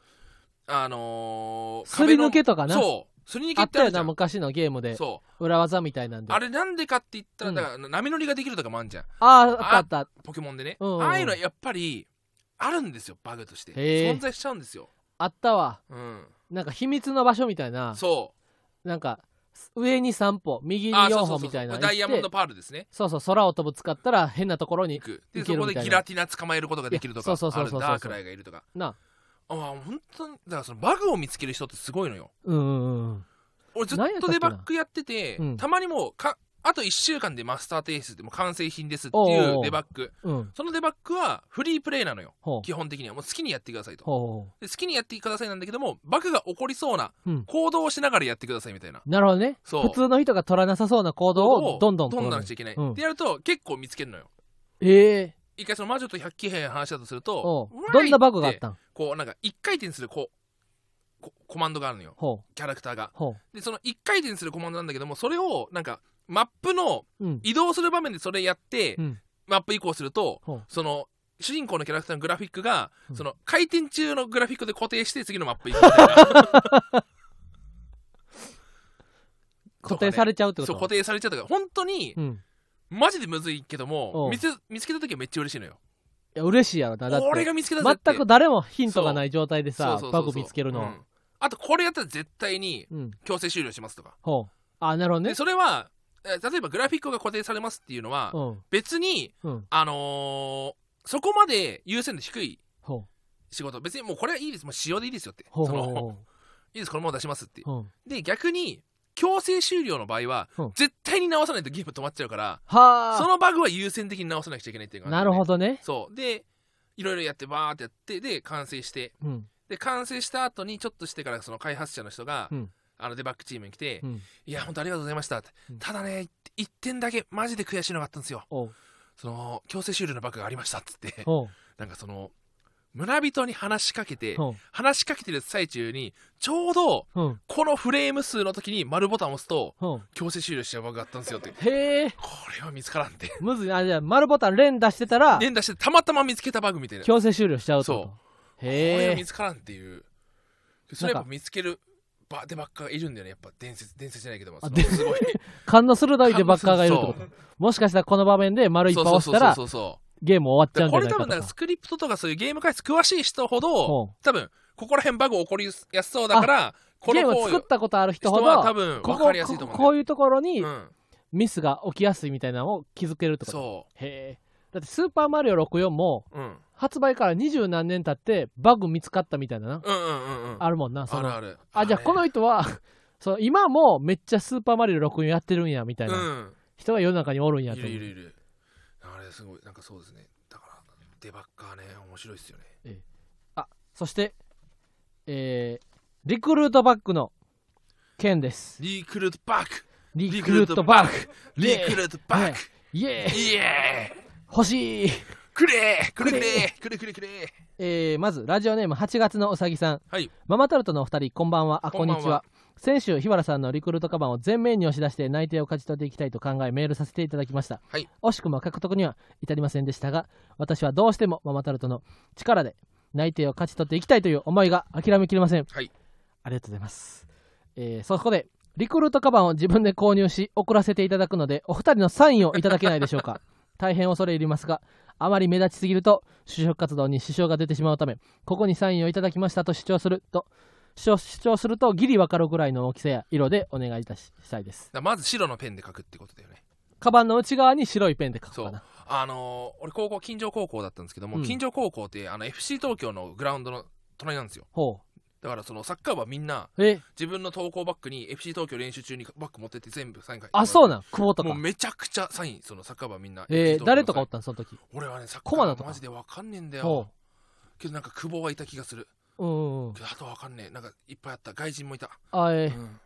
S2: あのー、
S1: すり抜けとかな
S2: 壁のそうすり抜け
S1: あ
S2: っ
S1: ってた
S2: あ
S1: よ
S2: るじゃ
S1: な、
S2: ん
S1: 昔のゲームで。
S2: そう
S1: 裏技みたいなんで。
S2: あ
S1: れ
S2: れなんでかって言ったら
S1: うん
S2: だから波乗りができるとかもあんじゃん
S1: あーあったあった。
S2: ポケモンでね、
S1: うんうんうん
S2: ああいうのはやっぱりあるんですよバグとして
S1: へえ
S2: 存在しちゃうんですよ
S1: あったわ。
S2: うん
S1: なんか秘密の場所みたいな。
S2: そ
S1: なんか、上に3歩、右
S2: う
S1: に
S2: あ
S1: 4
S2: そうそ
S1: 歩
S2: うそ
S1: み
S2: う
S1: たいな。
S2: ダイヤモンドパールですね
S1: そうそう、空を飛ぶ使ったら変なところに
S2: 行。くで
S1: 行け
S2: そ
S1: るみ
S2: こで
S1: たいな
S2: ギラティナ捕まえることができると
S1: い
S2: か
S1: やそうそうそ
S2: あ
S1: う
S2: る
S1: そうそう
S2: ダークライがいるとか
S1: な。
S2: ああ本当にだからそのバグを見つける人ってすごいのよ
S1: うんうんうん。
S2: 俺ずっ
S1: 何やった
S2: と
S1: っけ
S2: デ
S1: な
S2: バッグやってて
S1: うん
S2: たまにもうかあと1週間でマスター提出でも完成品ですってい
S1: お
S2: う
S1: う
S2: デバッグ
S1: うん。
S2: そのデバッグはフリープレイなのよ
S1: ほう。
S2: 基本的にはもう好きにやってくださいと
S1: ほう
S2: で好きにやってくださいなんだけどもバグが起こりそうな
S1: うん
S2: 行動をしながらやってくださいみたいな、
S1: なるほどね。
S2: そう
S1: 普通の人が取らなさそうな行動をどんどん
S2: ど
S1: 取
S2: ん
S1: る
S2: どんしちゃいけない、
S1: うん
S2: ってやると結構見つけるのよ
S1: ええ
S2: 一回その魔女と百鬼兵の話だとする
S1: お
S2: と
S1: うどんなバグがあっ
S2: わーいて
S1: たん
S2: こうなんか一回転するこうこコマンドがあるのよ
S1: ほう。
S2: キャラクターが
S1: ほ
S2: でその一回転するコマンドなんだけどもそれをなんかマップの
S1: う。うん。
S2: 移動する場面でそれやって、
S1: うん。
S2: マップ移行すると
S1: ほう。
S2: その主人公のキャラクターのグラフィックが、
S1: うん
S2: その回転中のグラフィックで固定して次のマップ移行
S1: [laughs]
S2: みたいな
S1: 固定されちゃうってこと
S2: そう固定されちゃったから本当に、
S1: うん。い
S2: マジでむずいけど
S1: おう
S2: も見つ見つけた時はめっちゃ嬉しいのよ
S1: や、嬉しいやろな。だって。
S2: 俺が見つけたぜって
S1: 全く誰もヒントがない状態でさ
S2: そうそうそう、そ
S1: バ
S2: う
S1: グ見つける
S2: う
S1: の。
S2: んあとこれやったら絶対に
S1: うん。
S2: 強制終了しますとか、
S1: ほう。あ、なるほどね
S2: で。それはえー例えばグラフィックが固定されますっていうのは、
S1: うん。
S2: 別に
S1: うん。
S2: あのーそこまで優先度低い
S1: ほ
S2: 仕事別にもうこれはいいですもう使用でいいですよって
S1: う。ほう
S2: そ
S1: ほう
S2: の
S1: ほ
S2: いいですこれもう出しますって
S1: う。うん。
S2: で逆に強制終了の場合は、
S1: うん
S2: 絶対に直さないとゲーム止まっちゃうからそ
S1: は
S2: のバグは優先的に直さなくちゃいけないっていう
S1: あ。
S2: 感じ、
S1: なるほ
S2: ど
S1: どね。
S2: そうでいろいろやってバーってやってで完成して
S1: うん。
S2: で完成した後にちょっとしてからその開発者の人が、
S1: うん
S2: あのデバッグチームに来て、
S1: うん。
S2: いや本当ありがとうございましたって、
S1: うん
S2: ただね1点だけマジで悔しいのがあったんですよ
S1: おう。
S2: その強制終了のバグがありましたっつって
S1: ほう。
S2: なんかその村人に話しかけて
S1: ほ
S2: 話しかけてる最中にちょうど
S1: う。うん。
S2: このフレーム数の時に丸ボタンを押すと
S1: ほう。
S2: 強制終了しちゃうバグがあったんですよ
S1: [laughs]
S2: って
S1: へえ。
S2: これは見つからんって
S1: むずいな。あ、じゃあ、丸ボタン連打してたら、
S2: 連打してたまたま見つけたバグみたいなこ
S1: 強制終了しちゃうってこと。
S2: そうれ
S1: へ
S2: は
S1: え
S2: 見。つからんっていうそれやっぱ見つけるばデバッカーがいるんだよねやっぱ伝説伝説じゃないけども
S1: あ
S2: その
S1: です
S2: ごい
S1: 勘の鋭いデバッカーがいるってこと
S2: そ
S1: もしかしたらこの場面で丸いっぱい押したら
S2: そうそうそうそうそう
S1: ゲーム終わっちゃうんじ
S2: こ
S1: ゃな
S2: れ
S1: い
S2: 多
S1: かと
S2: 分だから
S1: か
S2: スクリプトとかそういうゲーム開発詳しい人ほ
S1: ほう
S2: ど多分ここら辺バグ起こりやすそうだからこ
S1: ゲ
S2: の
S1: ーム
S2: 行
S1: 作っ
S2: 為
S1: たことある人
S2: 人
S1: ほど
S2: は多分
S1: こ
S2: 分
S1: こ
S2: かりやすいと
S1: こ
S2: 思
S1: こ
S2: う
S1: ういうところ
S2: ん
S1: に
S2: だようん
S1: ミスが起きやすいみたいなのを気づけるってこと、
S2: そ
S1: へえだって「スーパーマリオ64」も
S2: ううん
S1: 発売から二十何年経ってバグ見つかったみたいなな、
S2: うんうんうんうん
S1: あるもんなそ
S2: あ
S1: の
S2: るある
S1: あじゃあこの人は [laughs] その今もめっちゃ「スーパーマリオ64」やってるんやみたいな、
S2: うん
S1: 人が世の中におるんや
S2: い
S1: と思
S2: る
S1: う
S2: いるいるあれすごいなんかそうですねだからデバッカーね面白いですよね
S1: そしてえー、リクルートバックの件です
S2: リクルートバック
S1: リクルートバック
S2: リクルートバック
S1: イエーイ
S2: イエーイ
S1: 欲しい
S2: くれーくれくれーくれくれくれー
S1: えーまずラジオネーム8月のうさぎさん、
S2: はい
S1: ママタルトのお二人こんばんはあこ
S2: こ
S1: ん
S2: んばん
S1: に
S2: は
S1: ちは先週日原さんのリクルートカバンを全面に押し出して内定を勝ち取っていきたいと考えメールさせていただきました、
S2: はい
S1: 惜しくも獲得には至りませんでしたが私はどうしてもママタルトの力で内定を勝ち取っていきたいという思いが諦めきれません、
S2: はい
S1: ありがとうございます、えーそこでリクルートカバンを自分で購入し送らせていただくのでお二人のサインをいただけないでしょう
S2: [laughs]
S1: か大変恐れ入りますがあまり目立ちすぎると就職活動に支障が出てしまうためここにサインをいただきましたと主張すると主張主張するとギリわかるぐらいの大きさや色でお願いいたししたいです
S2: だからまず白のペンで書くってことだよね
S1: カバンの内側に白いペンで書こ
S2: そ
S1: うか
S2: う
S1: な
S2: あのー俺高校近所高校だったんですけども、
S1: うん
S2: 近所高校ってあの FC 東京のグラウンドの隣なんですよ
S1: ほ
S2: だからそのサッカー部はみんな
S1: うえ
S2: 自分の投稿バッグに FC 東京練習中にバッグ持ってって全部サイン書いて
S1: あそう
S2: な
S1: なん久保と
S2: も
S1: か
S2: うめちゃくちゃサインそのサッカー部はみんな
S1: え
S2: FC 東京のサイ
S1: ー
S2: ン
S1: 誰とかおったんその時
S2: 俺はねサッカ
S1: 駒田
S2: ー
S1: と
S2: 部
S1: か
S2: マジでわかんねえんだ
S1: ほ
S2: よけどなんか久保はいた気がする
S1: ううんうんうん
S2: けどあとわかんねえなんかいっぱいあった外人もいた、
S1: あえ
S2: う
S1: ー
S2: ん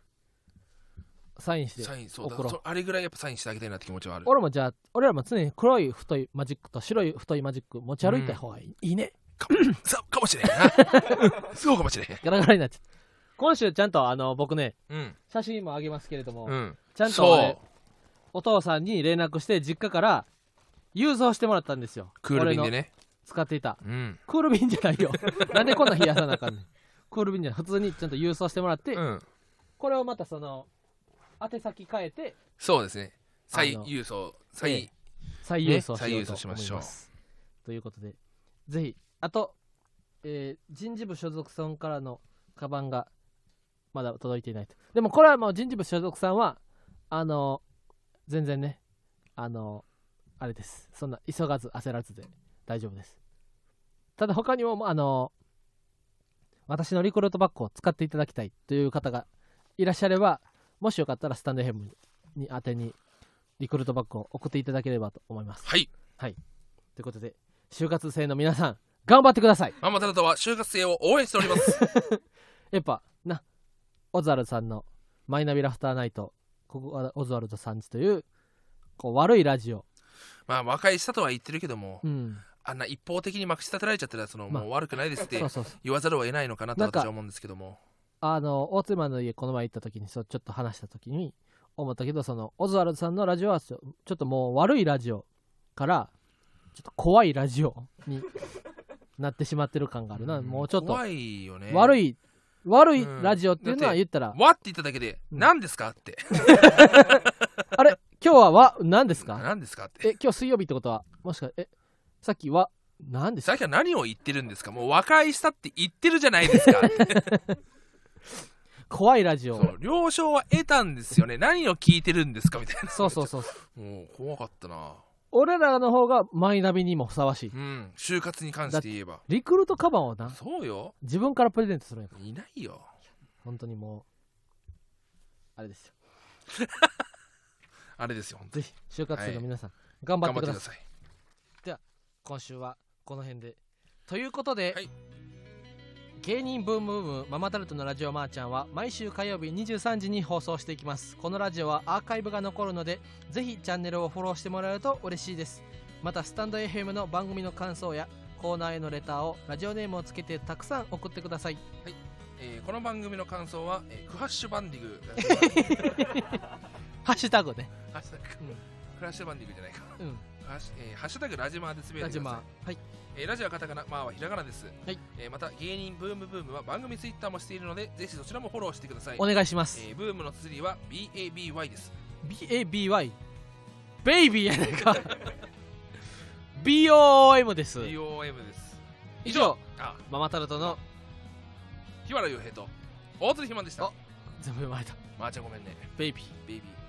S1: サインして
S2: サインそうだ
S1: 送ろう
S2: そうあれぐらいやっぱサインしてあげたいなって気持ちはある
S1: 俺もじゃあ俺らも常に黒い太いマジックと白い太いマジック持ち歩いた方がいい,、いいね
S2: かそうかもしれんなそうかもしれん
S1: ガラガラになっちゃった今週ちゃんとあの僕ね
S2: うん
S1: 写真もあげますけれども、
S2: うん
S1: ちゃんと
S2: そ
S1: 俺
S2: う
S1: お父さんに連絡して実家から郵送してもらったんですよ
S2: クール便で
S1: 俺の
S2: ね
S1: 使っていた
S2: うん
S1: クール便じゃない
S2: [laughs]
S1: よなんでこんな冷やさなあかんねんクール便じゃない普通にちゃんと郵送してもらって、
S2: うん
S1: これをまたその宛先変えて
S2: そうですね再
S1: あの
S2: 郵送再
S1: 再郵送
S2: ね
S1: しよう
S2: 再郵
S1: と
S2: 送し
S1: 思
S2: ま
S1: い
S2: しょ
S1: ま
S2: う
S1: す。ということで、ぜひ、あと、えー人事部所属さんからのカバンがまだ届いていないと。でもこれはもう人事部所属さんは、あの全然ね、あのあれです。そんな急がず焦らずで大丈夫です。ただ他にも、あの私のリクルートバッグを使っていただきたいという方がいらっしゃれば、もしよかったらスタンドヘムに宛てにリクルートバッグを送っていただければと思います。
S2: はい。
S1: ということで、就活生の皆さん、頑張ってください
S2: ママタルトは就活生を応援してお
S1: [laughs]
S2: ります。
S1: やっぱ、な、オズワルドさんのマイナビラフターナイト、ここはオズワルドさんちという、こう、悪いラジオ。
S2: まあ、和解したとは言ってるけども、
S1: うん。
S2: あんな一方的にまくし立てられちゃったら、その、
S1: まあ
S2: もう悪くないですって
S1: そうそうそう。
S2: 言わざるを得ないのかなと
S1: なんか
S2: 私は思うんですけども。
S1: あの、大妻の家、この前行った時に、そう、ちょっと話した時に、思ったけど、その、オズワルドさんのラジオはちょ、ちょっともう悪いラジオから、ちょっと怖いラジオになってしまってる感があるな。もうちょっと、
S2: 怖いよね。
S1: 悪
S2: い。
S1: い、悪い
S2: うん
S1: ラジオっていうの
S2: だっ
S1: は
S2: て
S1: 言ったら、
S2: わって言っただけで、
S1: うん
S2: 何ですかって。
S1: あれ今日はわ、何ですか
S2: 何ですかって。
S1: え、今日水曜日ってことは、もしかえ、さっきは、何ですか
S2: さっきは何を言ってるんですかもう和解したって言ってるじゃないです
S1: [laughs]
S2: かって。
S1: 怖いラジオ
S2: そ。う了承は得たんですよね。何を聞いてるんですかみたいな。
S1: そうそうそう。
S2: もう怖かったな。
S1: 俺らの方がマイナビにもふさわしい。
S2: うん。就活に関して言えば。
S1: リクルートカバンをな、
S2: そうよ。
S1: 自分からプレゼントするんやから。
S2: いないよ。
S1: 本当にもう、あれですよ。
S2: あれですよ、本当
S1: ぜ
S2: に。
S1: ひ、就活生の皆さん、頑張ってください。
S2: さい。
S1: 今週はこの辺で。ということで、
S2: はい
S1: 芸人ブームブームママタルトのラジオマーちゃんは毎週火曜日23時に放送していきます。このラジオはアーカイブが残るので、ぜひチャンネルをフォローしてもらえると嬉しいです。また、スタンド FM の番組の感想やコーナーへのレターをラジオネームをつけてたくさん送ってください。
S2: えーこの番組の感想は、えークラッシュバンディグ。
S1: ハッシュタグね。
S2: ハッシュタグ
S1: うん
S2: クラッシュバンディグじゃないか。
S1: うん。
S2: ハッシュ,、えーハッシュタグラジマーでつぶやい
S1: ラ
S2: て
S1: ジ
S2: くだ
S1: マ
S2: さ
S1: ー。はい。
S2: い。えーラジオはカタカナ、マーはひらがなです。
S1: はい
S2: えーまた、芸人ブームブームは番組ツイッターもしているので、ぜひそちらもフォローしてください。
S1: お願いします。
S2: えーブームの綴りは BABY です。
S1: BABY。ベイビーやないか。BOM です。
S2: DOM です。
S1: 以上、
S2: あ、
S1: ママタルトの
S2: 日原洋平と大鶴ひまんでした
S1: あ。全部読まれた。
S2: まーちゃんごめんね。
S1: ベイビー。
S2: ベイビー。